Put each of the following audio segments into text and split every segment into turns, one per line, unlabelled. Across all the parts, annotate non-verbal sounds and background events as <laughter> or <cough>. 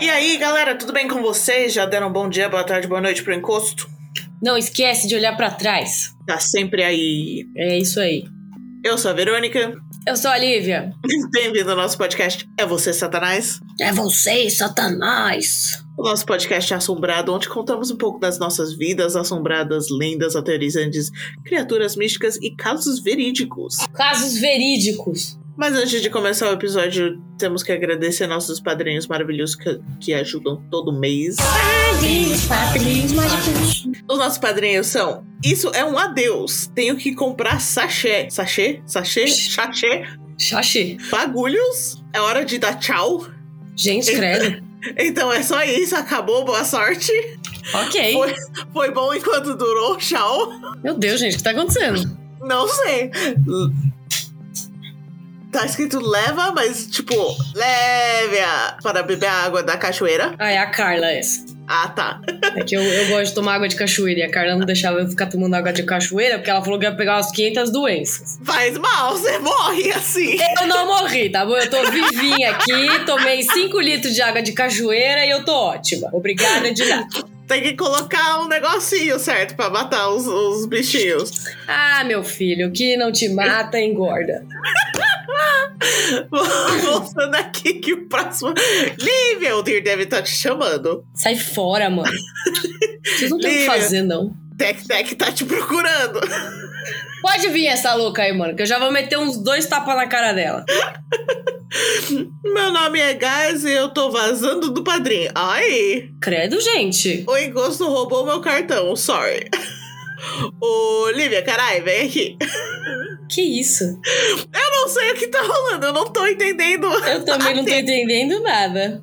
E aí, galera, tudo bem com vocês? Já deram um bom dia, boa tarde, boa noite pro encosto?
Não esquece de olhar pra trás.
Tá sempre aí.
É isso aí.
Eu sou a Verônica. <laughs>
Eu sou a Lívia.
Bem-vindo ao nosso podcast É Você, Satanás?
É você, Satanás.
O nosso podcast é Assombrado, onde contamos um pouco das nossas vidas assombradas, lendas, aterrorizantes, criaturas místicas e casos verídicos.
Casos verídicos.
Mas antes de começar o episódio, temos que agradecer nossos padrinhos maravilhosos que, que ajudam todo mês.
Padrinhos, padrinhos mágicos.
Os nossos padrinhos são. Isso é um adeus. Tenho que comprar sachê. Sachê? Sachê? Sachê?
Xaxi.
Bagulhos. É hora de dar tchau.
Gente, <laughs> credo.
Então é só isso. Acabou. Boa sorte.
ok.
Foi, foi bom enquanto durou. Tchau.
Meu Deus, gente, o que tá acontecendo?
Não sei. Tá escrito leva, mas tipo, leve-a para beber a água da cachoeira.
Ah, é a Carla essa.
Ah, tá.
É que eu, eu gosto de tomar água de cachoeira e a Carla não deixava eu ficar tomando água de cachoeira porque ela falou que ia pegar umas 500 doenças.
Faz mal, você morre assim.
Eu não morri, tá bom? Eu tô vivinha aqui, tomei 5 litros de água de cachoeira e eu tô ótima. Obrigada de nada.
Tem que colocar um negocinho, certo? Pra matar os, os bichinhos. <laughs>
Ah, meu filho, o que não te mata engorda.
Mostrando aqui que o próximo. Lívia, o Dear deve estar te chamando.
Sai fora, mano. Vocês não tem o que
Lívia.
fazer, não.
Tec Tec tá te procurando.
Pode vir essa louca aí, mano, que eu já vou meter uns dois tapas na cara dela.
Meu nome é Gás e eu tô vazando do padrinho. Ai,
Credo, gente.
o encosto roubou meu cartão, sorry. <laughs> Ô, Lívia, carai, vem aqui.
Que isso?
Eu não sei o que tá rolando, eu não tô entendendo.
Eu também não tô entendendo nada.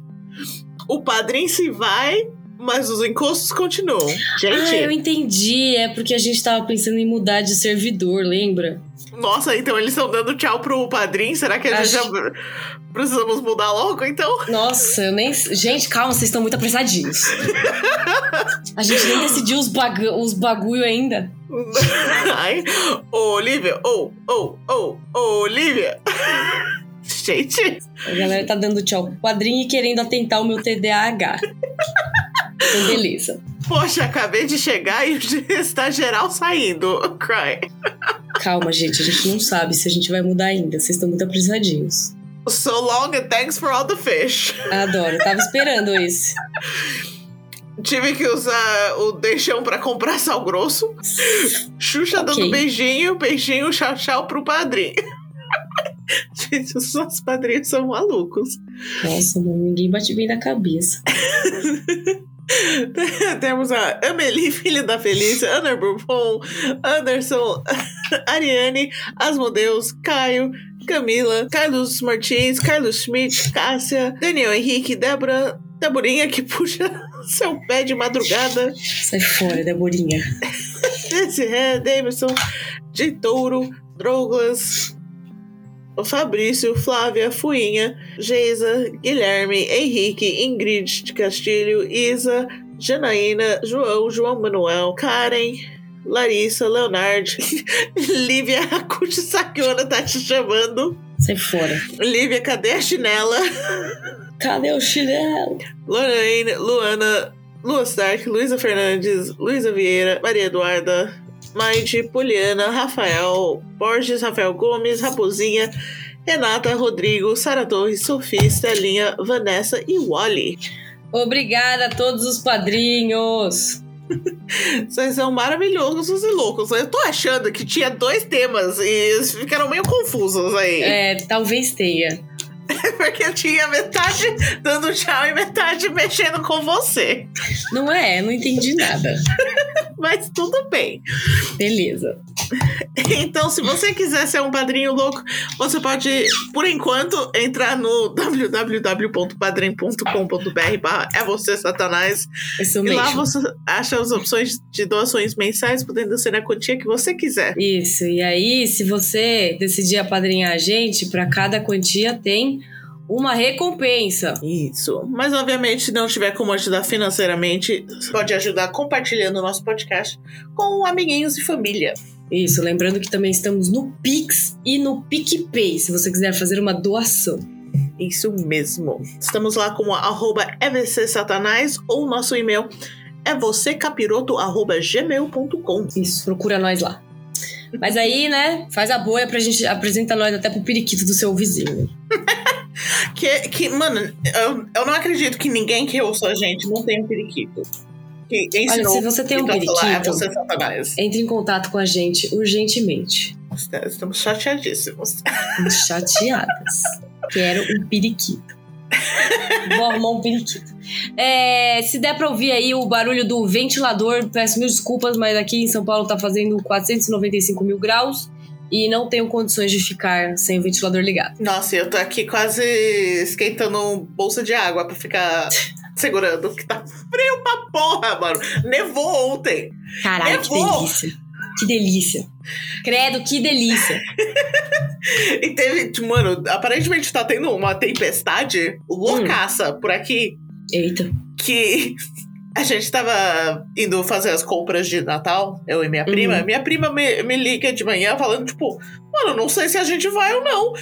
O padrinho se vai, mas os encostos continuam.
Ah, eu
Gente,
entendi. É porque a gente tava pensando em mudar de servidor, lembra?
nossa, então eles estão dando tchau pro padrinho. Será que a gente
Acho-
já precisamos mudar logo, então? <laughs>
Nossa, eu nem. Gente, calma, vocês estão muito apressadinhos. A gente nem decidiu os, baga- os bagulho ainda.
Ai, ô, Olivia, ô, ô, ô, ô, Olivia. <laughs> Gente,
A galera tá dando tchau pro quadrinho e querendo atentar o meu TDAH. Então, beleza.
poxa, acabei de chegar e está geral saindo. Cry.
Calma, gente. A gente não sabe se a gente vai mudar ainda. Vocês estão muito apressadinhos.
So long and thanks for all the fish.
Adoro. Tava esperando esse.
Tive que usar o deixão pra comprar sal grosso. Xuxa
Ok.
dando beijinho, beijinho, tchau, tchau pro padrinho. <laughs> Gente, os nossos padrinhos são malucos.
Nossa, mano, ninguém bate bem na cabeça.
<laughs> Temos a Amelie, filha da Felícia, Ana Bourbon, Anderson, <laughs> Ariane, Asmodeus, Caio, Camila, Carlos Martins, Carlos Schmidt, Cássia, Daniel Henrique, Débora, Deborinha que <laughs> puxa seu pé de madrugada,
Sai fora, Deborinha.
Nancy Ré, é Davidson, de Touro, Douglas, o Fabrício, Flávia, Fuinha, Geisa, Guilherme, Henrique, Ingrid de Castilho, Isa, Janaína, João, João Manuel, Karen, Larissa, Leonardo, <laughs> Lívia, <laughs> a Cuti Sakiona tá te chamando.
Sai fora.
Lívia, cadê a chinela?
Cadê o chinelo?
Lorraine, Luana, Lua Stark, Luísa Fernandes, Luísa Vieira, Maria Eduarda, Maide, Poliana, Rafael, Borges, Rafael Gomes, Raposinha, Renata, Rodrigo, Sara Torres, Sofia, Estelinha, Vanessa e Wally.
Obrigada a todos os padrinhos.
Vocês são maravilhosos e loucos. Eu tô achando que tinha dois temas e eles ficaram meio confusos aí.
É, talvez tenha.
<laughs> Porque tinha metade dando tchau e metade mexendo com você.
Não é, não entendi nada.
Mas tudo bem.
Beleza.
<laughs> Então, se você quiser ser um padrinho louco, você pode, por enquanto, entrar no www.padrim.com.br barra é você, satanás.
Isso
E lá
É mesmo.
você acha as opções de doações mensais, podendo ser na quantia que você quiser.
Isso. E aí, se você decidir apadrinhar a gente, pra cada quantia tem uma recompensa.
Isso. Mas, obviamente, se não tiver como ajudar financeiramente, pode ajudar compartilhando o nosso podcast com amiguinhos e família.
Isso. Lembrando que também estamos no Pix e no PicPay, se você quiser fazer uma doação.
Isso mesmo. Estamos lá com arroba EVC Satanás ou nosso e-mail é vocêcapiroto.gmail.com.
Isso, procura nós lá. Mas aí, né, faz a boia pra gente apresenta nós até pro periquito do seu vizinho.
Que, que, mano, eu, eu não acredito que ninguém que ouça a gente não tem um periquito. Que
Olha,
ensinou
se você tem um
então, falar, é
periquito,
você Satanás.
entre em contato com a gente urgentemente.
Estamos chateadíssimos.
Chateadas. Quero um periquito. Vou arrumar um periquito. É, se der pra ouvir aí o barulho do ventilador, peço mil desculpas, mas aqui em São Paulo tá fazendo 495 mil graus e não tenho condições de ficar sem o ventilador ligado.
Nossa, eu tô aqui quase esquentando um bolsa de água pra ficar segurando, que tá frio pra porra, mano. Nevou ontem.
Caralho,
Eu
que
vou.
delícia. É Que delícia. Credo, que delícia.
<laughs> E teve, tipo, mano, aparentemente tá tendo uma tempestade loucaça por aqui
Eita.
que. <laughs> A gente tava indo fazer as compras de Natal, eu e minha
Uhum.
prima. Minha prima me, me liga de manhã falando, tipo, mano, não sei se a gente vai ou não.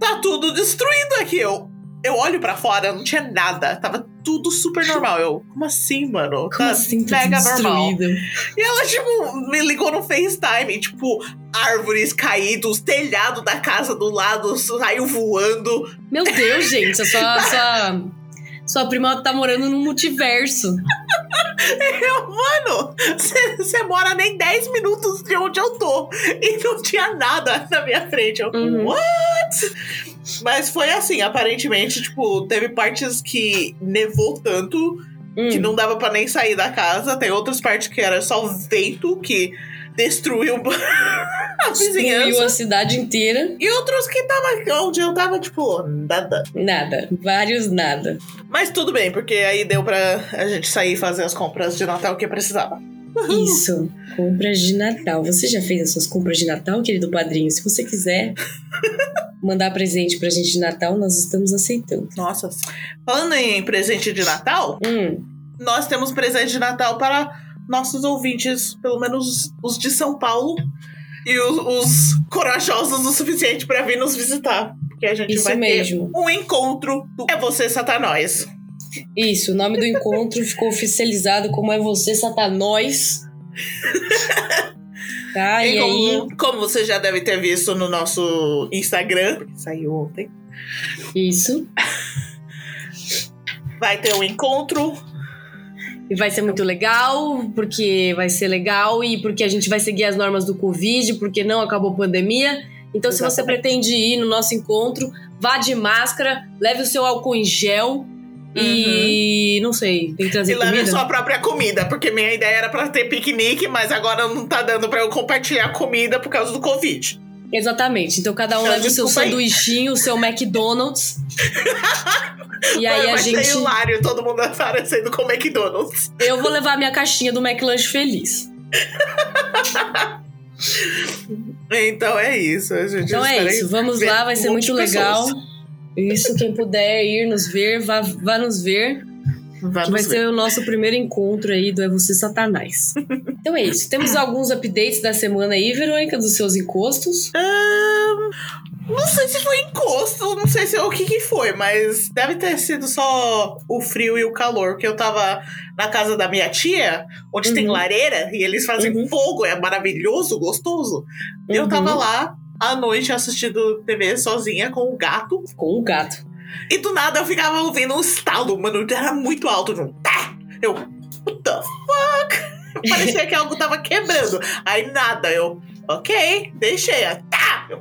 Tá tudo destruído aqui. Eu, eu olho pra fora, não tinha nada. Tava tudo
<laughs>
super normal. Eu, como assim, mano?
Como
tá
assim? Tá
mega normal.
destruído.
E ela, tipo, me ligou no FaceTime, tipo, árvores caídas, telhado da casa do lado saiu voando. <laughs>
Meu Deus, gente, a sua, a sua, sua prima tá morando num multiverso.
Eu, mano, você mora nem 10 minutos de onde eu tô. E não tinha nada na minha frente. Eu,
Uhum.
what? Mas foi assim, aparentemente, tipo, teve partes que nevou tanto
Hum.
que não dava pra nem sair da casa. Tem outras partes que era só vento que destruiu <laughs> a vizinhança.
Destruiu a cidade inteira.
E outros que tava onde eu tava, tipo, nada.
Nada. Vários nada.
Mas tudo bem, porque aí deu pra a gente sair e fazer as compras de Natal que precisava.
Isso. Compras de Natal. Você já fez as suas compras de Natal, querido padrinho? Se você quiser mandar presente pra gente de Natal, nós estamos aceitando.
Nossa. Falando em presente de Natal,
Hum,
nós temos presente de Natal para nossos ouvintes, pelo menos os de São Paulo. E os, os corajosos o suficiente pra vir nos visitar. Porque a gente
isso
vai ter
mesmo.
um encontro do É Você Satanás.
Isso, o nome do encontro ficou oficializado como é você, Satanóis. Tá,
E
e aí.
como, como você já deve ter visto no nosso Instagram, porque saiu ontem,
Isso.
vai ter um encontro.
E vai ser muito legal, porque vai ser legal e porque a gente vai seguir as normas do Covid, porque não acabou a pandemia. Então, se você
Exatamente.
pretende ir no nosso encontro, vá de máscara, leve o seu álcool em gel e. não sei, tem que trazer
Uhum. E leve
comida.
a sua própria comida, porque minha ideia era pra ter piquenique, mas agora não tá dando pra eu compartilhar comida por causa do Covid.
Exatamente. Então, cada
<laughs>
um
Então,
leva o seu
desculpa aí.
sanduichinho, o seu
<laughs>
McDonald's. e aí
Mano,
a
vai
gente.
ser hilário, todo mundo <laughs> aparecendo com McDonald's.
Eu vou levar minha caixinha do McLanche feliz.
Então é isso, a gente
Então é
espera
isso. Vamos lá, vai ser
um
muito
monte de
legal.
pessoas.
Isso, quem puder ir nos ver, vá, vá nos ver.
Vamos
que vai
ver.
ser o nosso primeiro encontro aí do É Você Satanás. Então é isso. Temos alguns updates da semana aí, Verônica, dos seus encostos.
Ahn, não sei se foi encosto, não sei se é o que, que foi, mas deve ter sido só o frio e o calor. Que eu tava na casa da minha tia, onde tem
Uhum.
lareira, e eles fazem
Uhum.
fogo, é maravilhoso, gostoso. Eu tava
Uhum.
lá à noite assistindo TV sozinha com o gato,
Com o gato.
e do nada eu ficava ouvindo um estalo, mano, era muito alto, de um pá! Eu, what the fuck? <laughs> Parecia que algo tava quebrando. Aí nada, eu, ok, deixei, aí, tá! Eu,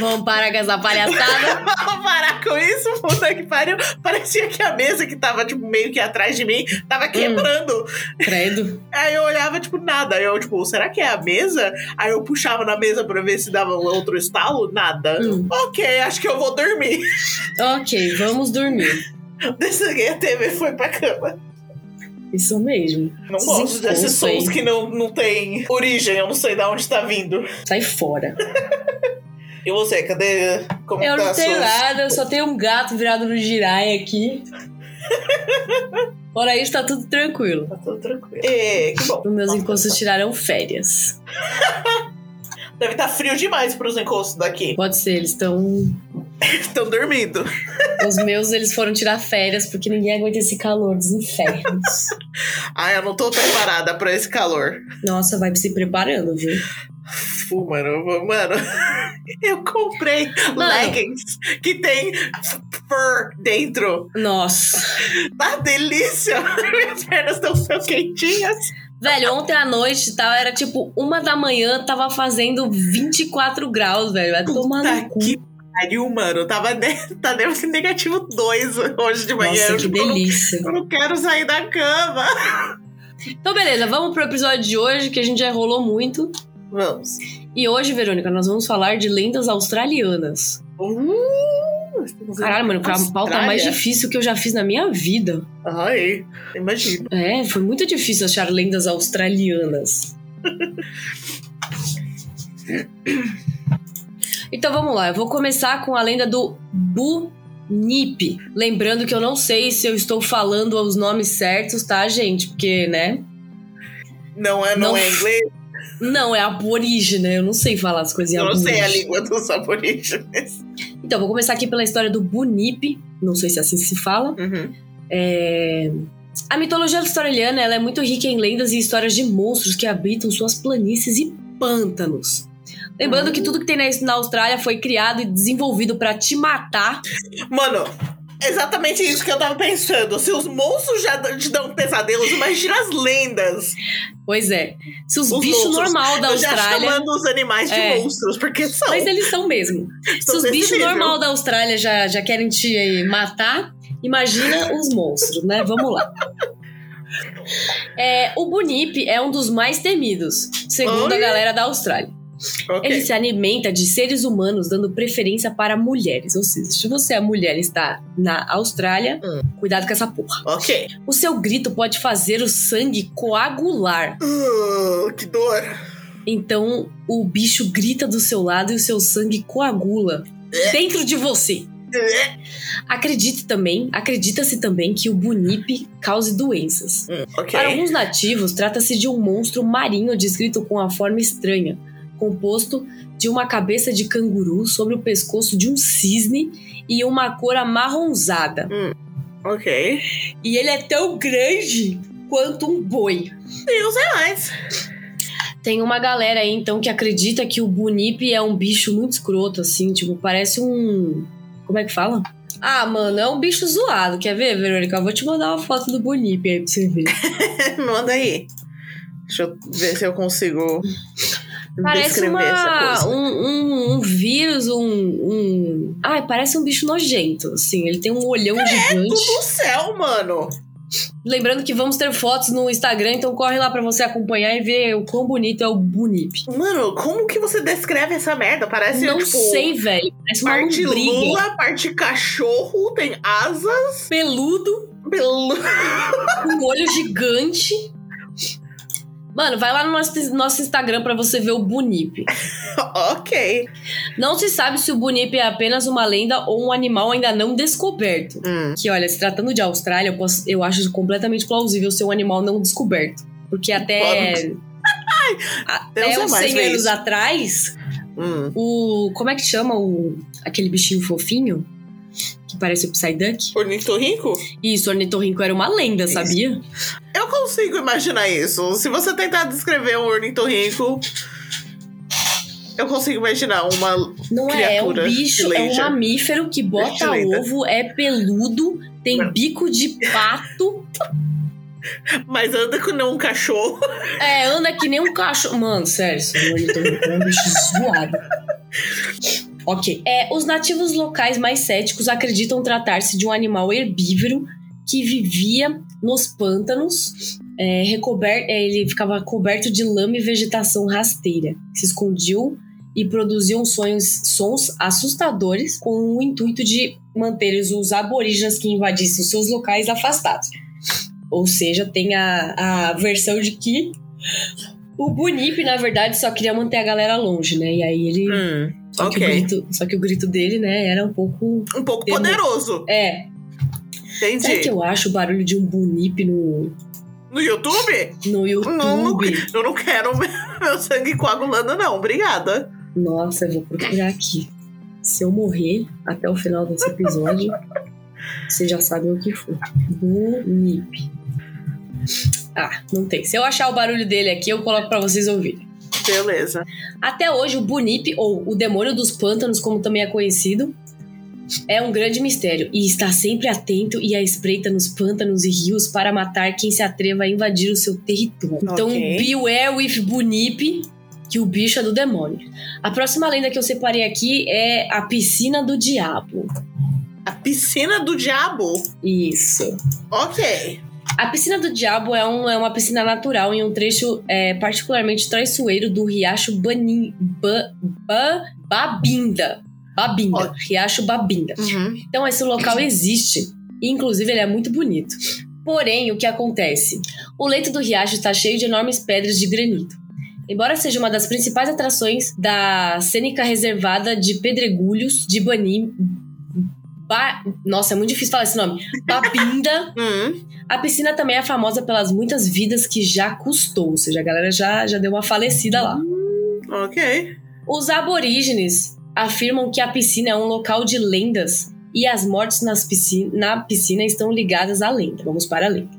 Vamos parar com essa palhaçada.
Vamos parar com isso, puta que pariu. Parecia que a mesa que tava, tipo, meio que atrás de mim, tava quebrando.
<laughs> Credo.
Aí eu olhava, tipo, nada. Aí eu, tipo, será que é a mesa? Aí eu puxava na mesa pra ver se dava um outro estalo. Nada.
Hum.
Ok, acho que eu vou dormir. <laughs>
Ok, vamos dormir.
Desliguei a TV e foi pra cama.
Isso mesmo.
Não
Esses
gosto desses
impulsos aí.
sons que não, não tem origem. Eu não sei de onde tá vindo.
Sai fora.
E você, cadê? Como
Eu
tá
não
as
tenho
suas-
nada, eu só tenho um gato virado no giraia aqui. Fora isso, tá tudo tranquilo.
Tá tudo tranquilo. É, que bom.
Os meus encostos tiraram férias.
Deve estar frio demais tá pros encostos daqui.
Pode ser, eles estão
Estão dormindo.
Os meus, eles foram tirar férias porque ninguém aguenta esse calor dos infernos.
Ah, eu não tô preparada pra esse calor.
Nossa, vai se preparando, viu?
Fu, mano, eu vou- mano. <laughs> Eu comprei
Mano.
leggings que tem fur dentro.
Nossa.
Tá delícia. <laughs> Minhas pernas estão tão quentinhas.
Velho, ontem à noite, tal, era tipo uma da manhã, tava fazendo 24 graus, velho. Vai tomar
Tá
no cu.
que pariu, mano. Tava ne- <laughs> tá deve negativo 2 hoje de manhã.
Nossa, que
Eu não-
delícia.
Eu não quero sair da cama.
Então, beleza, vamos pro episódio de hoje, que a gente já rolou muito.
Vamos.
E hoje, Verônica, nós vamos falar de lendas australianas.
Uh, estamos
Caralho,
em
mano, pra pauta tá mais
Austrália?
difícil que eu já fiz na minha vida.
Ai, imagina.
É, foi muito difícil achar lendas australianas. <coughs> Então vamos lá, eu vou começar com a lenda do Bunip. Lembrando que eu não sei se eu estou falando os nomes certos, tá, gente? Porque, né?
Não é, não,
Não.
é inglês?
Não, é aborígene, né? Eu não sei falar as coisas em
Eu não sei a
aborígene.
língua dos aborígenes.
Então, vou começar aqui pela história do Bunip, não sei se assim se fala.
Uhum.
É, A mitologia australiana ela é muito rica em lendas e histórias de monstros que habitam suas planícies e pântanos. Lembrando que tudo que tem na na Austrália foi criado e desenvolvido pra te matar.
Mano, exatamente isso que eu tava pensando. Se os monstros já d- te dão pesadelos, imagina as lendas.
Pois é. Se os,
Os
bichos
monstros.
normal da
Eu já
Austrália.
chamando os animais de
É.
monstros, porque são.
Mas eles são mesmo. Se
São
os
desse
bichos
nível.
normal da Austrália já, já querem te eh, matar,
<laughs>
imagina os monstros, né? Vamos lá. É, o Bunip é um dos mais temidos, segundo a
Olha.
galera da Austrália.
Ok.
Ele se alimenta de seres humanos, dando preferência para mulheres. Ou seja, se você é mulher e está na Austrália, cuidado com essa porra.
Ok.
O seu grito pode fazer o sangue coagular.
Uh, que dor.
Então, o bicho grita do seu lado e o seu sangue coagula dentro de você. Acredite também, acredita-se também que o Bunip cause doenças.
Hum, ok.
Para um alguns nativos, trata-se de um monstro marinho descrito com a forma estranha, composto de uma cabeça de canguru sobre o pescoço de um cisne e uma cor amarronzada.
Ok.
E ele é tão grande quanto um boi.
Deus é mais.
Tem uma galera aí, então, que acredita que o Bunip é um bicho muito escroto, assim, tipo, parece um. Como é que fala? Ah, mano, é um bicho zoado. Quer ver, Verônica? Eu vou te mandar uma foto do Bunip aí pra você ver.
<laughs> Manda aí. Deixa eu ver se eu consigo
Parece
descrever essa
uma,
coisa.
um, um, um vírus, um, um. Ai, parece um bicho nojento, assim. Ele tem um olhão gigante.
Tudo céu, mano.
Lembrando que vamos ter fotos no Instagram, então corre lá pra você acompanhar e ver o quão bonito é o Bunip.
Mano, como que você descreve essa merda? Parece,
Não
tipo,
sei, velho. Parece uma
parte
lombriga.
lula, parte cachorro, tem asa, <laughs>
Peludo.
pelo...
um olho gigante. Mano, vai lá no nosso, nosso Instagram pra você ver o Bunip.
ok.
Não se sabe se o Bunip é apenas uma lenda ou um animal ainda não descoberto.
Hum.
Que olha, se tratando de Austrália, eu, posso- eu acho isso completamente plausível ser um animal não descoberto. Porque até.
Deus
até
é
uns
mais
100
ver
anos
isso.
atrás,
Hum.
o. Como é que chama o, aquele bichinho fofinho? Que parece o Psyduck?
Ornitorrinco?
Isso, o ornitorrinco era uma lenda,
Isso.
sabia?
Eu consigo imaginar isso. Se você tentar descrever um ornitorrinco, eu consigo imaginar uma...
Não é, é um
Criatura
bicho, é um
silência.
mamífero que bota
Silência.
ovo, é peludo, tem
Não.
bico de pato,
Mas anda com um cachorro.
é, anda que nem um cachorro. Mano, sério, esse ornitorrinco é um bicho zoado. Ok. É, os nativos locais mais céticos acreditam tratar-se de um animal herbívoro que vivia nos pântanos. é, recober- é, ele ficava coberto de lama e vegetação rasteira. Se escondiam e produziam sonhos, sons assustadores com o intuito de manter os aborígenes que invadissem os seus locais afastados. Ou seja, tem a, a versão de que o Bunip, na verdade, só queria manter a galera longe, né? E aí ele só, que o
ok.
grito, só que o grito dele, né, era um pouco.
Um pouco
Tem-
poderoso.
É. Será que
Entendi.
eu acho o barulho de um bunip no,
No YouTube?
no YouTube?
Eu não <laughs> quero meu meu sangue coagulando, não. Obrigada.
Nossa, eu vou procurar aqui. Se eu morrer até o final
<laughs>
desse episódio, vocês já sabem o que foi. Do NIP. Ah, não tem. Se eu achar o barulho dele aqui, eu coloco pra vocês ouvirem.
Beleza.
Até hoje, o Bunip, ou o Demônio dos Pântanos, como também é conhecido, é um grande mistério e está sempre atento e à espreita nos pântanos e rios para matar quem se atreva a invadir o seu território. Então,
Ok.
beware with Bunip, que o bicho é do demônio. A próxima lenda que eu separei aqui é a Piscina do Diabo.
A piscina do diabo.
Isso.
Ok.
A piscina do diabo é, um- é uma piscina natural em um trecho é, particularmente traiçoeiro do riacho Bani, Ba- Ba- Babinda. Babinda. Riacho Babinda.
Uhum.
Então esse local existe. E, Inclusive ele é muito bonito. Porém, o que acontece? O leito do riacho está cheio de enormes pedras de granito. Embora seja uma das principais atrações da cênica reservada de pedregulhos de Bani... Ba- Nossa, é muito difícil falar esse nome. Babinda...
Hum.
A piscina também é famosa pelas muitas vidas que já custou, ou seja, a galera já, já deu uma falecida lá.
Ok.
Os aborígenes afirmam que a piscina é um local de lendas e as mortes nas pisci- na piscina estão ligadas à lenda. Vamos para a lenda.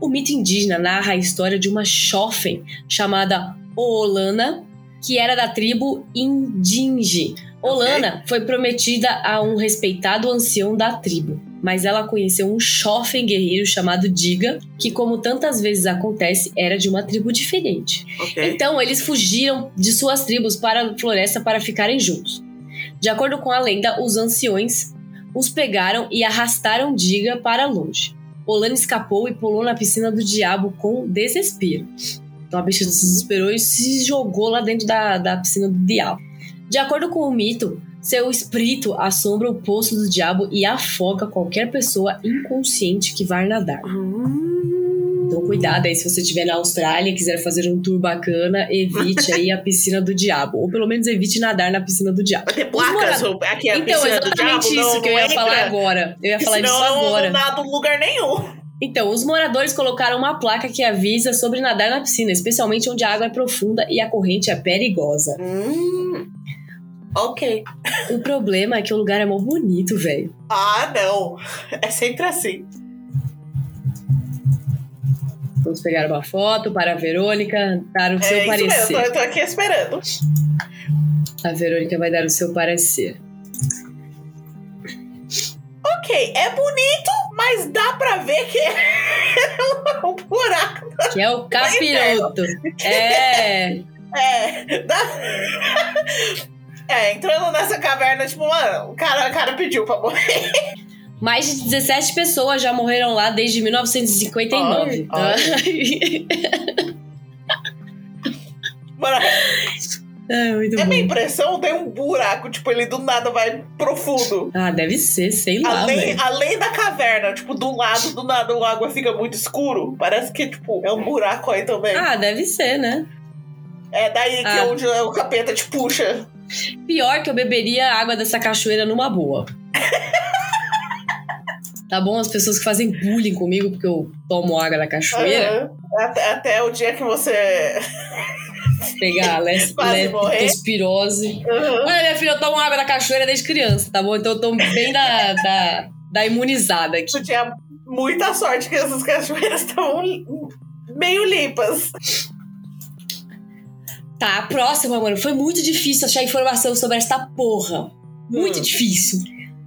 O mito indígena narra a história de uma chofen chamada Olana, que era da tribo Indinge. Olana foi prometida a um respeitado ancião da tribo, mas ela conheceu um chofen guerreiro chamado Diga, que, como tantas vezes acontece, era de uma tribo diferente.
Ok.
Então eles fugiram de suas tribos para a floresta para ficarem juntos. De acordo com a lenda, os anciões os pegaram e arrastaram Diga para longe. Olana escapou e pulou na piscina do diabo com desespero. Então a bicha se desesperou e se jogou lá dentro da, da piscina do diabo. De acordo com o mito, seu espírito assombra o poço do diabo e afoga qualquer pessoa inconsciente que vá nadar.
Hum.
Então cuidado aí se você estiver na Austrália e quiser fazer um tour bacana, evite aí a piscina do diabo. Ou pelo menos evite nadar na piscina do diabo.
Vai ter placas?
mora-
ou- Aqui é a
então,
piscina do diabo,
exatamente isso
não,
que eu
não
ia
entra,
falar agora. Eu ia
que
falar disso
senão eu
agora.
não nada em lugar nenhum.
Então, os moradores colocaram uma placa que avisa sobre nadar na piscina, especialmente onde a água é profunda e a corrente é perigosa.
Hum. Ok.
O problema é que o lugar é mó bonito, velho.
Ah, não. É sempre assim.
Vamos pegar uma foto para a Verônica dar o seu
é isso
parecer.
mesmo. Eu tô aqui esperando.
A Verônica vai dar o seu parecer.
Ok, é bonito, mas dá pra ver que <laughs> é um buraco.
Que é o capiroto. É.
É, dá... <laughs> é, entrando nessa caverna, tipo, mano, o cara, o cara pediu pra morrer.
Mais de 17 pessoas já morreram lá desde 1959.
Ai, Mano,
<laughs> é muito
é
bom.
minha impressão, tem um buraco, tipo, ele do nada vai profundo.
Ah, deve ser, sei lá,
Além,
velho.
além da caverna, tipo, do lado, do nada, a água fica muito escuro. Parece que, tipo, é um buraco aí também.
Ah, deve ser, né?
é daí que
ah.
é onde o capeta te puxa.
Pior que eu beberia a água dessa cachoeira
<laughs>
numa boa. tá bom? As pessoas que fazem bullying comigo porque eu tomo água da cachoeira,
Aham. Até, até o dia que você.
pegar
<laughs>
les-
Quase morrer.
leptospirose.
Aham.
Olha, minha filha, eu tomo água da cachoeira desde criança, tá bom? Então eu tô bem da, da, da imunizada aqui.
Tu tinha muita sorte que essas cachoeiras estavam li- meio limpas.
Tá, a próxima, mano. Foi muito difícil achar informação sobre esta porra. Muito
Hum.
difícil.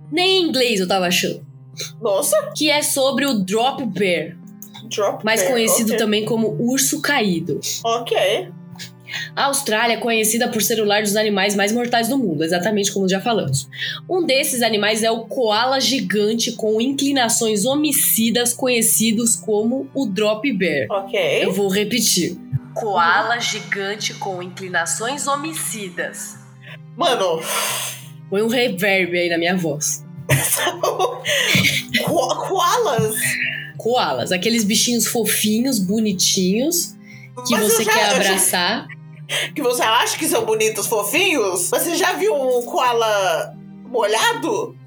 Nem em inglês eu tava achando.
Nossa,
Que é sobre o Drop Bear,
drop.
mais
bear,
conhecido
É, ok.
também como urso caído.
Ok.
A Austrália é conhecida por ser o lar dos animais mais mortais do mundo, exatamente como já falamos. Um desses animais é o koala gigante com inclinações homicidas, conhecidos como o Drop Bear.
Ok.
Eu vou repetir. Koala gigante com inclinações homicidas,
Mano,
Põe um reverb aí na minha voz.
ko- koalas.
Koalas, aqueles bichinhos fofinhos, bonitinhos, que
Mas eu
você
já-
quer
eu já-
abraçar.
que você acha que são bonitos, fofinhos? Você já viu um koala molhado?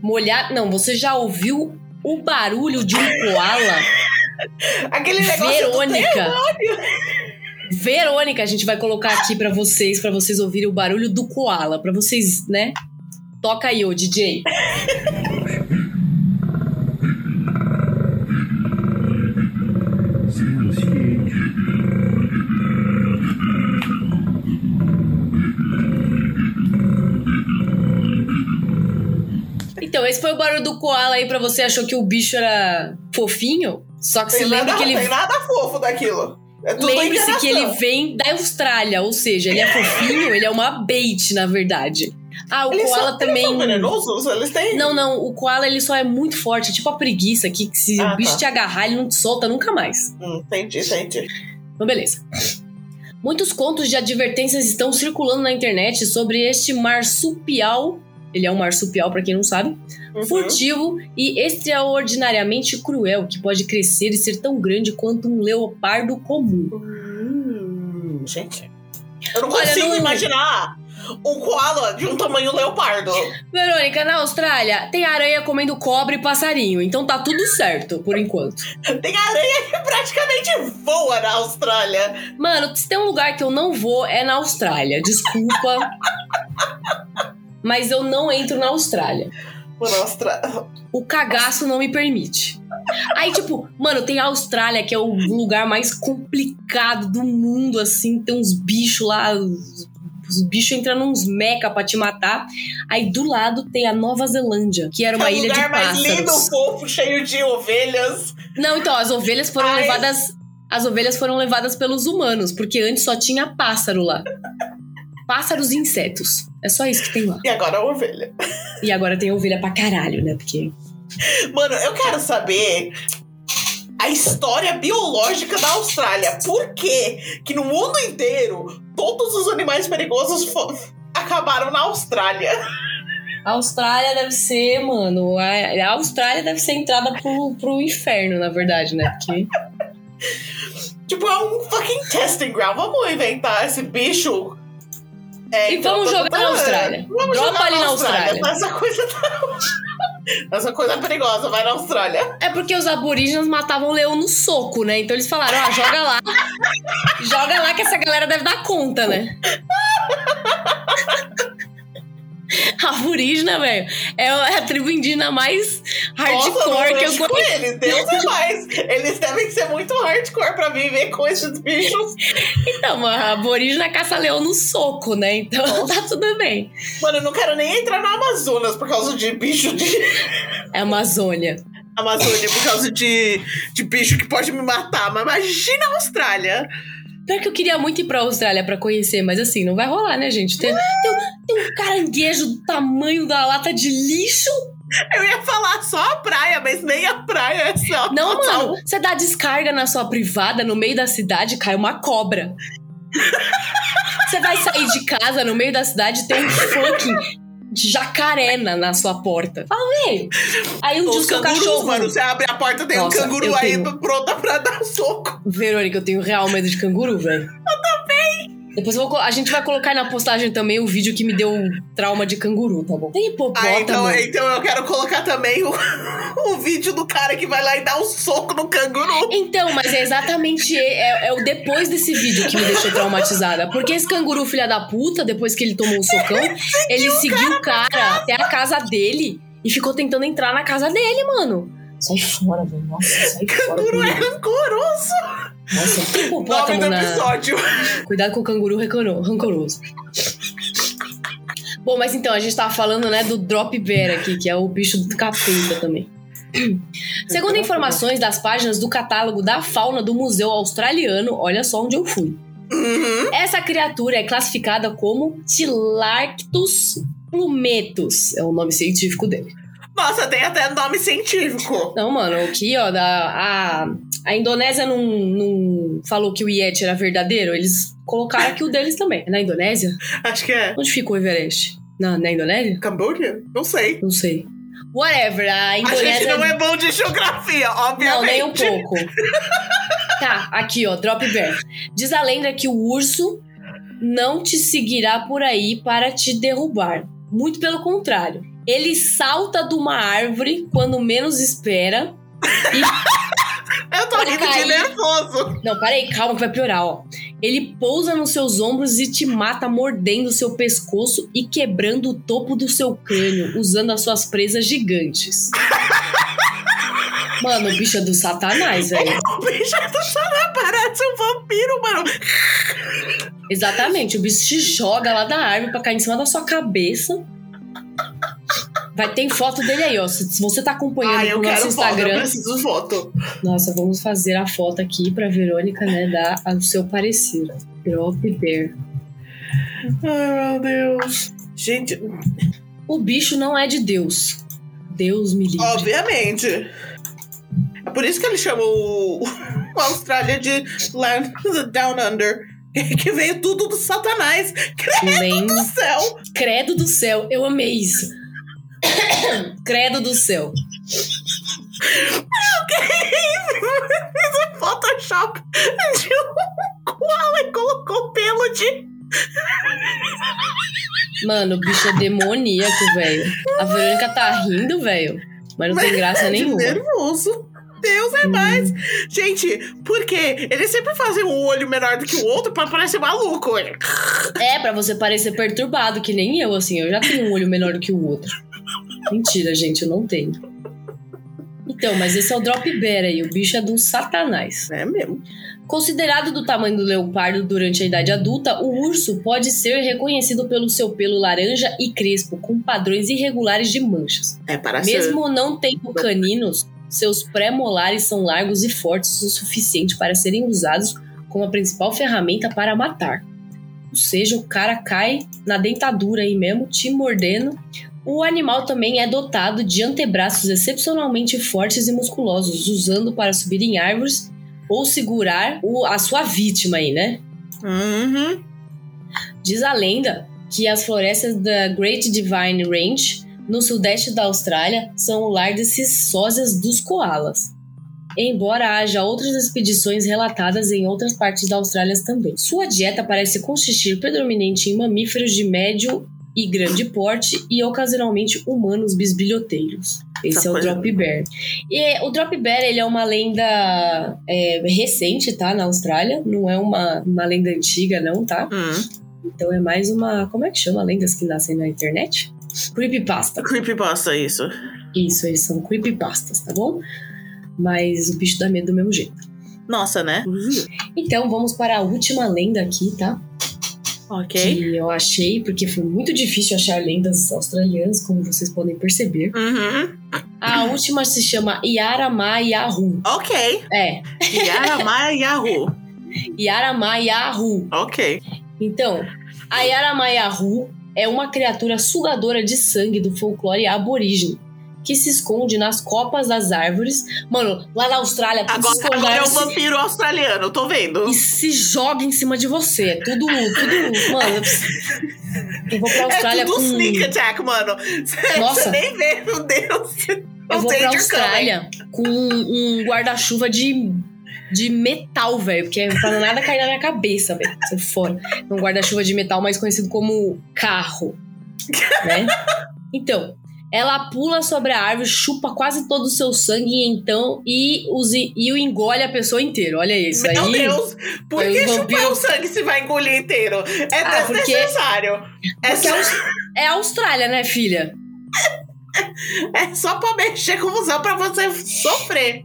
Molhar. Não, você já ouviu o barulho de um koala?
Aquele negócio. do
Verônica! Verônica, a gente vai colocar aqui pra vocês, pra vocês ouvirem o barulho do koala, pra vocês, né? Toca aí, ô DJ. Então, esse foi o barulho do koala aí pra você. Achou que o bicho era fofinho? Só que
Tem
se lembra
nada,
que ele
tem nada fofo daquilo. É tudo
Lembre-se que ele
enganação.
vem da Austrália, ou seja, ele é fofinho, ele é uma bait, na verdade. Ah, o
Eles são-
koala também.
Eles são venenosos? Eles têm...
Não, não, o koala ele só é muito forte, é tipo a preguiça que se
Ah,
o bicho
tá.
te agarrar, ele não te solta nunca mais.
Hum, entendi, entendi.
Então, beleza. Muitos contos de advertências estão circulando na internet sobre este marsupial. Ele é um marsupial, pra quem não sabe
Uhum.
furtivo e extraordinariamente cruel, que pode crescer e ser tão grande quanto um leopardo comum.
Hum, gente. Eu não
Olha,
consigo
não-
imaginar um koala de um tamanho leopardo.
Verônica, na Austrália, tem aranha comendo cobra e passarinho, então tá tudo certo, por enquanto.
Tem aranha que praticamente voa na Austrália.
Mano, se tem um lugar que eu não vou, é na Austrália, desculpa. Mas eu não entro na Austrália.
Pô, na Austra-
O cagaço não me permite. Aí, tipo, mano, tem a Austrália, que é o lugar mais complicado do mundo, assim. Tem uns bichos lá, os os bichos entrando uns meca pra te matar. Aí do lado tem a Nova Zelândia, que era uma
é o
ilha
lugar
de
mais
pássaros.
lindo, fofo, cheio de ovelhas.
Não, então, as ovelhas foram
Ai.
levadas. As ovelhas foram levadas pelos humanos, porque antes só tinha pássaro lá. Pássaros e insetos. É só isso que tem lá.
E agora a ovelha.
E agora tem ovelha pra caralho, né? Porque.
Mano, eu quero saber a história biológica da Austrália. Por que que no mundo inteiro todos os animais perigosos fo- acabaram na Austrália?
A Austrália deve ser, mano. A, a Austrália deve ser entrada pro, pro inferno, na verdade, né? Porque.
Tipo, é um fucking testing ground. Vamos inventar esse bicho. É,
E vamos
então,
jogar na Austrália.
Vamos
Dropa
jogar
ali na Austrália.
Mas Essa coisa <laughs> tá... Essa coisa é perigosa, vai na Austrália.
É porque os aborígenes matavam o leão no soco, né? Então eles falaram, ó, joga lá. joga lá que essa galera deve dar conta, né? <laughs> Aborígena, velho, é a tribo indígena mais
Nossa,
hardcore
não
que eu
mexe com eles. Deus é mais. Eles devem ser muito hardcore pra viver com esses bichos.
Então, a aborígena caça leão no soco, né? Então tá tudo bem.
Mano, eu não quero nem entrar na Amazonas por causa de bicho de. <laughs>
É Amazônia.
Amazônia, por causa de, de bicho que pode me matar. Mas imagina a Austrália.
Pior que eu queria muito ir pra Austrália pra conhecer, mas assim, não vai rolar, né, gente? Tem, tem um- tem um caranguejo do tamanho da lata de lixo
Eu ia falar só a praia, mas nem a praia é só.
Não,
só-
mano, você dá descarga na sua privada, no meio da cidade, cai uma <laughs> cobra. Você vai sair de casa, no meio da cidade, tem um fucking jacaré na, na sua porta. Fala, velho. Aí um dia o
Os
seu
cangurus,
cachorro...
mano, você abre a porta, tem
Nossa,
um canguru
eu
aí
tenho.
pronta pra dar soco.
Verônica, eu tenho real medo de canguru, velho. Eu também. Depois eu vou co- a gente vai colocar na postagem também o vídeo que me deu um trauma de canguru, tá bom? Tem hipopótamo.
Ah, então, então eu quero colocar também o, <laughs> o vídeo do cara que vai lá e dá um soco no canguru.
Então, mas é exatamente é, é o depois desse vídeo que me deixou traumatizada. Porque esse canguru, filha da puta, depois que ele tomou o socão, ele seguiu o cara até a casa dele e ficou tentando entrar na casa dele, mano. Sai fora, velho. Nossa, sai fora.
Canguru é
Canguru. é
rancoroso.
Nossa, que
Nome do
hipopótamo um na,
episódio.
Cuidado com o canguru rancoro- rancoroso. Bom, mas então, a gente tava falando, né, do Drop Bear aqui, que é o bicho do capeta também. Segundo informações das páginas do catálogo da fauna do Museu Australiano, olha só onde eu fui.
Uhum.
Essa criatura é classificada como Tilarctus plumetus, é o nome científico dele.
Nossa, tem até nome científico.
Não, mano, aqui, ó, da, a, a Indonésia não, não falou que o Yeti era verdadeiro, eles colocaram aqui o deles também. É na Indonésia?
Acho que é.
Onde ficou o Everest? Na, na Indonésia?
Cambodia? Não sei.
Não sei. Whatever, a
A
Indonésia.
gente não é bom de geografia,
Não, nem um
obviamente.
pouco. tá, aqui, ó, Drop Bear. Diz a lenda que o urso não te seguirá por aí para te derrubar. Muito pelo contrário. Ele salta de uma árvore quando menos espera.
eu tô
Vai
rindo de
cair.
nervoso.
Não, peraí, calma que vai piorar, ó. Ele pousa nos seus ombros e te mata mordendo seu pescoço e quebrando o topo do seu crânio, usando as suas presas gigantes. Mano, o bicho é do satanás, velho.
O bicho <laughs> é do satanás, parece um vampiro, mano.
Exatamente, o bicho te joga lá da árvore pra cair em cima da sua cabeça. Vai ter foto dele aí, ó. Se se você tá acompanhando
Ai,
no
eu
nosso
quero foto, né? eu
Instagram.
preciso foto.
Nossa, vamos fazer a foto aqui pra Verônica, né, dar a- o seu parecer. Drop bear.
Ai, meu Deus. Gente,
O bicho não é de Deus. Deus me livre.
obviamente. É por isso que ele chamou o- a Austrália de Land Down Under. Que veio tudo do satanás.
Nem
Do céu.
Credo do céu, eu amei isso. Credo do céu.
Fez um Photoshop de um koala e colocou pelo de...
Mano, o bicho é demoníaco, velho. A Verônica tá rindo, velho. Mas não tem graça
<laughs> de
É nenhuma.
nervoso. Deus é mais. Gente, porque eles sempre fazem um olho menor do que o outro pra parecer maluco. Ele.
É, pra você parecer perturbado, que nem eu, assim. Eu já tenho um olho menor do que o outro. Mentira, gente, eu não tenho. Então, mas esse é o Drop Bear aí. O bicho é do satanás.
É mesmo.
Considerado do tamanho do leopardo durante a idade adulta, o urso pode ser reconhecido pelo seu pelo laranja e crespo, com padrões irregulares de manchas.
É, parece...
Mesmo não tendo caninos, seus pré-molares são largos e fortes o suficiente para serem usados como a principal ferramenta para matar. Ou seja, o cara cai na dentadura aí mesmo, te mordendo. O animal também é dotado de antebraços excepcionalmente fortes e musculosos, usando para subir em árvores ou segurar o- a sua vítima aí, né?
Uhum.
Diz a lenda que as florestas da Great Divine Range, no sudeste da Austrália, são o lar desses sósias dos koalas. Embora haja outras expedições relatadas em outras partes da Austrália também. Sua dieta parece consistir predominante em mamíferos de médio e grande porte e ocasionalmente humanos bisbilhoteiros. Esse
Essa
é o
coisa-
Drop Bear. E o Drop Bear ele é uma lenda é, recente, tá? Na Austrália. Não é uma, uma lenda antiga, não, tá?
Hum.
Então é mais uma. Como é que chama lendas que nascem na internet? Creepypasta.
Creepypasta, isso.
Isso, eles são creepypastas, tá bom? Mas o bicho dá medo do mesmo jeito.
Nossa, né?
Então vamos para a última lenda aqui, tá?
Ok.
Que eu achei, porque foi muito difícil achar lendas australianas, como vocês podem perceber.
Uhum.
A última se chama Yaramá Yahu.
Ok.
É,
Yaramaya Yahoo.
Yaramá Yahu.
Ok.
Então, a Yaramayahu é uma criatura sugadora de sangue do folclore aborígene, que se esconde nas copas das árvores. Mano, lá na Austrália, tudo se
Agora, agora é um
esconde
vampiro australiano, tô vendo.
e se joga em cima de você. É Tudo, tudo. Mano, eu preciso- eu vou pra Austrália
é tudo
com. um
sneak attack, mano. Cê-
Nossa.
Você nem vê, meu Deus.
Eu vou
tem
pra
de
Austrália com um, um guarda-chuva de, de metal, velho. Porque é pra nada cair na minha cabeça, velho. Você fora. É Um guarda-chuva de metal mais conhecido como carro. Né? Então, ela pula sobre a árvore, chupa quase todo o seu sangue e então e, os, e o engole a pessoa inteira. Olha isso
Meu
aí.
Deus. Por
Aí
que
o vampiro-
chupar o sangue se vai engolir inteiro? É
Ah, porque-
desnecessário. É, só,
Porque é Aus- é a Austrália, né, filha? um
<laughs> é só pra mexer com o museu pra você sofrer.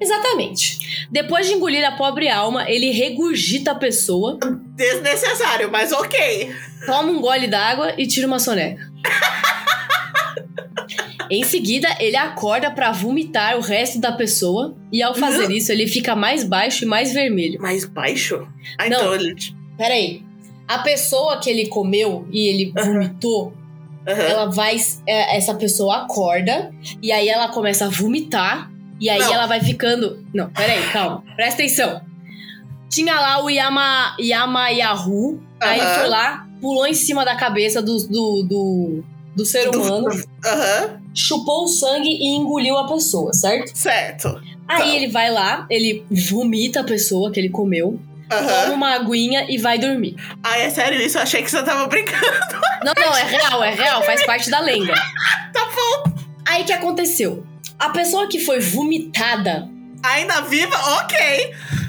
Exatamente. Depois de engolir a pobre alma, ele regurgita a pessoa
Desnecessário, mas ok.
toma um gole d'água e tira uma soneca. em seguida, ele acorda pra vomitar o resto da pessoa e ao fazer isso, ele fica mais baixo e mais vermelho.
Mais baixo? Ah,
Não.
então ele.
Peraí. A pessoa que ele comeu e ele vomitou,
Aham.
ela vai é, essa pessoa acorda e aí ela começa a vomitar e aí
Não.
ela vai ficando. Não, peraí, calma. Presta atenção. Tinha lá o Yama Yama Yahu, aí
Aham.
foi lá, pulou em cima da cabeça do do, do, do ser
Do-
humano,
Aham.
chupou o sangue e engoliu a pessoa, certo?
Certo.
Aí
Tá.
ele vai lá, ele vomita a pessoa que ele comeu,
Aham.
toma uma aguinha e vai dormir.
Ah, é sério isso? Eu achei que você tava brincando. <laughs>
Não, não, é real, é real, faz parte da lenda. <laughs> Tá bom. Aí o que aconteceu? A pessoa que foi vomitada
Ainda viva? Ok.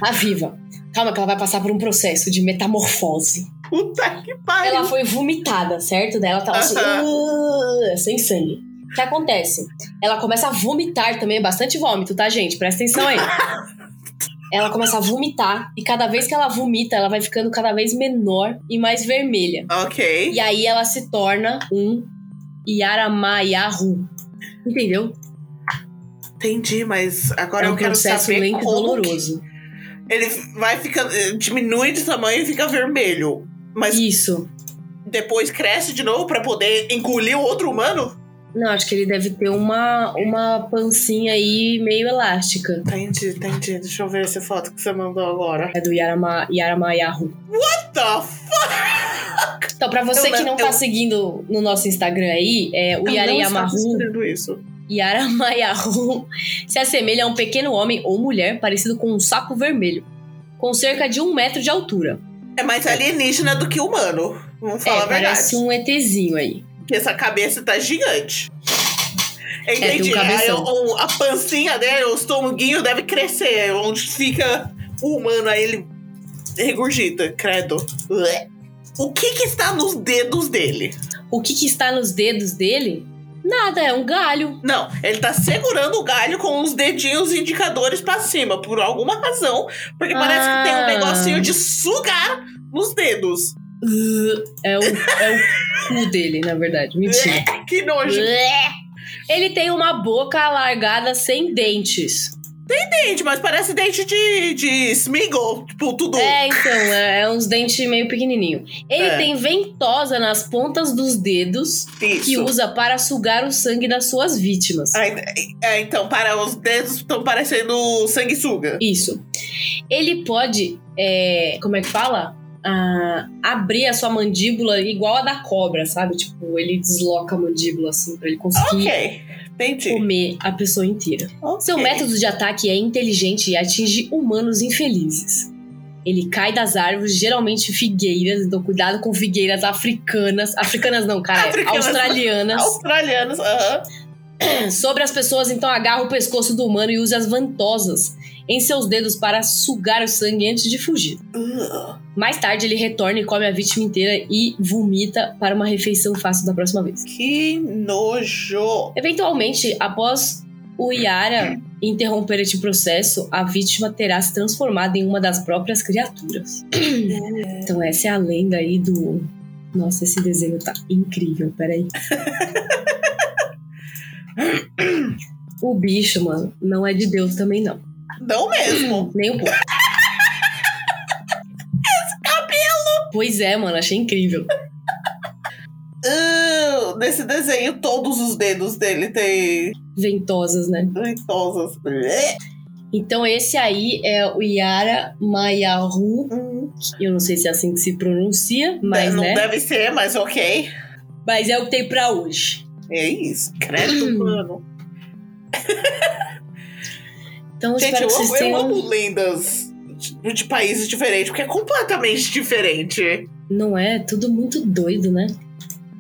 tá viva. Calma, que ela vai passar por um processo de metamorfose.
Puta que pariu.
Ela foi vomitada, certo? Daí ela tava assim, "Ah", sem sangue. O que acontece? Ela começa a vomitar também, bastante vômito, tá, gente? Presta atenção aí. Ela começa a vomitar e cada vez que ela vomita, ela vai ficando cada vez menor e mais vermelha.
Ok.
E aí ela se torna um Yaramayahu. Entendeu?
Entendi, mas agora
é um
eu quero
processo
saber
lento e
como
doloroso.
que Ele vai ficando. eh, diminui de tamanho e fica vermelho. Mas
Isso.
depois cresce de novo pra poder engolir o outro humano?
Não, acho que ele deve ter uma, uma pancinha aí meio elástica.
Entendi, entendi. Deixa eu ver essa foto que você mandou agora. Tá,
É do Yarama, Yaramayahu.
What the f...
Então, pra você
Eu
que
lembro-
não tá
eu-
seguindo no nosso Instagram aí, é o
Eu não estava
Yaramayahu.
escrevendo isso.
Yaramayahu se assemelha a um pequeno homem ou mulher parecido com um sapo vermelho, com cerca de um metro de altura.
É mais alienígena do que humano. Vamos falar
é,
a verdade.
parece um ETzinho aí.
Porque essa cabeça tá gigante.
tem um
Entendi. Aí,
cabeção.
o- a pancinha dele, o estômaguinho deve crescer. é Onde fica o humano, aí ele regurgita, credo. Ué. O que que está nos dedos dele?
O que, que está nos dedos dele? Nada, é um galho.
Não, ele tá segurando o galho com os dedinhos indicadores pra cima, por alguma razão. Porque parece que tem um
Ah.
negocinho de sugar nos dedos.
É o, é o cu dele, na verdade. Mentira.
<laughs> Que nojo.
É. Ele tem uma boca alargada sem dentes.
Gente, mas parece dente de, de Smeagol. Tipo, tudo.
É, então, é, é uns dentes meio pequenininho. Ele
É.
tem ventosa nas pontas dos dedos que
Isso.
usa para sugar o sangue das suas vítimas.
Ah, ent- é, então, para os dedos estão parecendo sanguessuga.
Isso. Ele pode, é, como é que fala? Ah, abrir a sua mandíbula igual a da cobra, sabe? Tipo, ele desloca a mandíbula assim pra ele conseguir
Ok, entendi.
comer a pessoa inteira.
Ok.
Seu método de ataque é inteligente e atinge humanos infelizes. Ele cai das árvores, geralmente figueiras, então cuidado com figueiras africanas. Africanas não, cara, é
Africanas.
australianas.
Australianos, aham.
Sobre as pessoas, então agarra o pescoço do humano e usa as ventosas em seus dedos para sugar o sangue antes de fugir.
Ugh.
Mais tarde, ele retorna e come a vítima inteira e vomita para uma refeição fácil da próxima vez.
Que nojo.
Eventualmente, após o Yara interromper este processo, a vítima terá se transformado em uma das próprias criaturas. Então essa é a lenda aí do. Nossa, esse desenho tá incrível, peraí. O bicho, mano, não é de Deus também, não.
Não mesmo.
Nem um <laughs> pouco. Esse cabelo! Pois é, mano, achei incrível. Hum.
Ugh, nesse desenho, todos os dedos dele têm
Ventosas, né?
ventosas. Bleh.
Então esse aí é o Yara Mayahu.
Hum.
Eu não sei se é assim que se pronuncia, mas
não
né?
deve ser, mas ok.
Mas é o que tem pra hoje.
É isso, credo,
Hum.
mano.
Então eu
Gente,
espero
eu
que
amo,
vocês
eu
tenham.
amo lendas de, de países diferentes, porque é completamente diferente.
Não é? Tudo muito doido, né?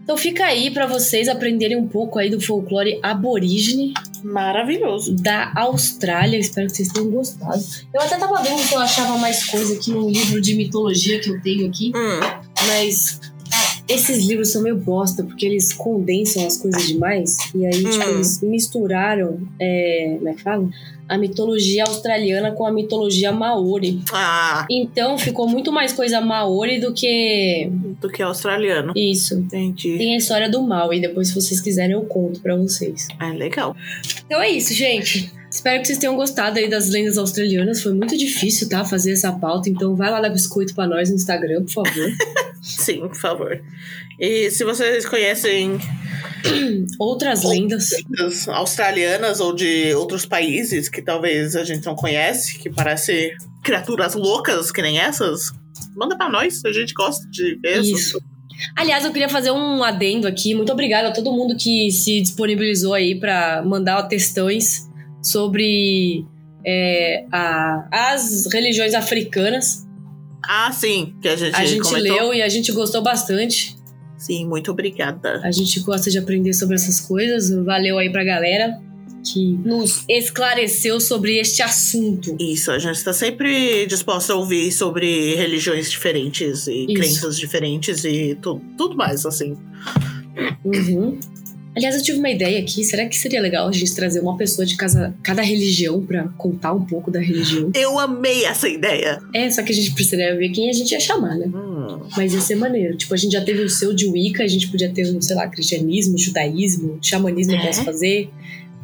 Então fica aí pra vocês aprenderem um pouco aí do folclore aborígene
Maravilhoso.
da Austrália. Espero que vocês tenham gostado. Eu até tava vendo se eu achava mais coisa aqui num livro de mitologia que eu tenho aqui, mas esses livros são meio bosta, porque eles condensam as coisas demais. E aí, tipo,
Hum.
eles misturaram, é, como é que fala? A mitologia australiana com a mitologia maori.
Ah,
Então ficou muito mais coisa maori do que
do que australiano.
isso.
Entendi.
Tem a história do mal e depois se vocês quiserem eu conto pra vocês.
É legal.
Então é isso, gente. Espero que vocês tenham gostado aí das lendas australianas. Foi muito difícil, tá, fazer essa pauta. Então vai lá dar biscoito pra nós no Instagram, por favor.
Sim, por favor. E se vocês conhecem
Outras lendas.
lendas australianas ou de outros países que talvez a gente não conhece, que parecem criaturas loucas que nem essas, manda pra nós, a gente gosta de ver essas.
Isso. Aliás, eu queria fazer um adendo aqui. Muito obrigada a todo mundo que se disponibilizou aí pra mandar questões sobre é, a- as religiões africanas.
Ah, sim, que a gente,
A gente
comentou.
leu e a gente gostou bastante.
Sim, muito obrigada.
A gente gosta de aprender sobre essas coisas. Valeu aí pra galera que nos esclareceu sobre este assunto.
Isso, a gente está sempre disposta a ouvir sobre religiões diferentes e
Isso.
crenças diferentes e tu, tudo mais, assim.
Uhum. Aliás, eu tive uma ideia aqui. Será que seria legal a gente trazer uma pessoa de casa, cada religião pra contar um pouco da religião?
Eu amei essa ideia.
É, só que a gente precisaria ver quem a gente ia chamar, né?
Hum,
Mas ia ser maneiro. Tipo, a gente já teve o seu de Wicca, a gente podia ter um, sei lá, cristianismo, judaísmo, xamanismo eu
É.
posso fazer.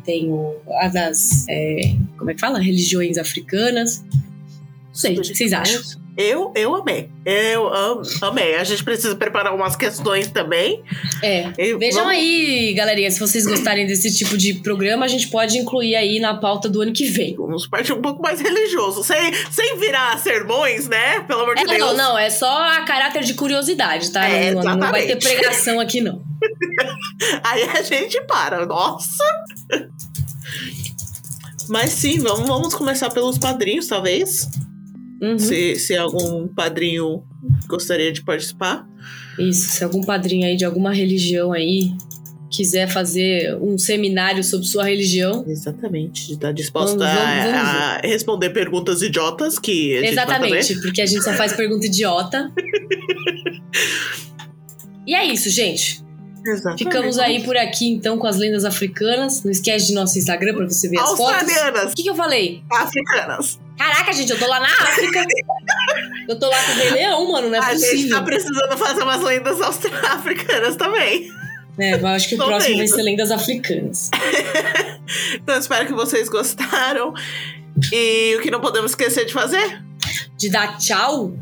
Tem o, a das, é, como é que fala? Religiões africanas. Não sei, o que vocês acham?
Eu, eu amei. Eu am- amei. A gente precisa preparar umas questões também.
É.
E
Vejam
vamos-
aí, galerinha, se vocês gostarem desse tipo de programa, a gente pode incluir aí na pauta do ano que vem.
Vamos partir um pouco mais religioso, sem, sem virar sermões, né? Pelo amor de
É,
Deus.
não, não, é só a caráter de curiosidade, tá?
É,
não, não- não vai ter
exatamente.
pregação
<laughs>
aqui, não.
Aí a gente para, nossa! Mas sim, vamos, vamos começar pelos padrinhos, talvez.
Uhum.
Se, se algum padrinho gostaria de participar.
Isso, se algum padrinho aí de alguma religião aí quiser fazer um seminário sobre sua religião.
Exatamente, está disposta
Vamos, vamos, vamos.
a, a responder perguntas idiotas que a gente vai fazer.
Exatamente, porque a gente só faz pergunta idiota. e é isso, gente.
Exatamente.
Ficamos aí por aqui então com as lendas africanas. Não esquece de nosso Instagram pra você ver as fotos.
Australianas,
O que, que eu falei?
africanas.
Caraca, gente, eu tô lá na África. eu tô lá com o Rei Leão, mano, não é
a gente
possível.
tá precisando fazer umas lendas austra- africanas também.
É, mas acho que o
Tô
próximo vai
vendo.
ser lendas africanas.
Então espero que vocês gostaram. E o que não podemos esquecer de fazer?
de dar tchau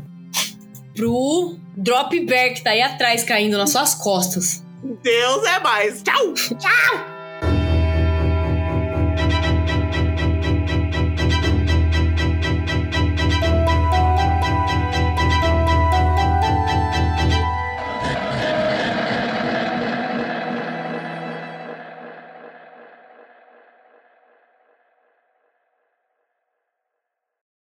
pro Drop Bear que tá aí atrás caindo nas suas costas.
Deus é mais. Tchau!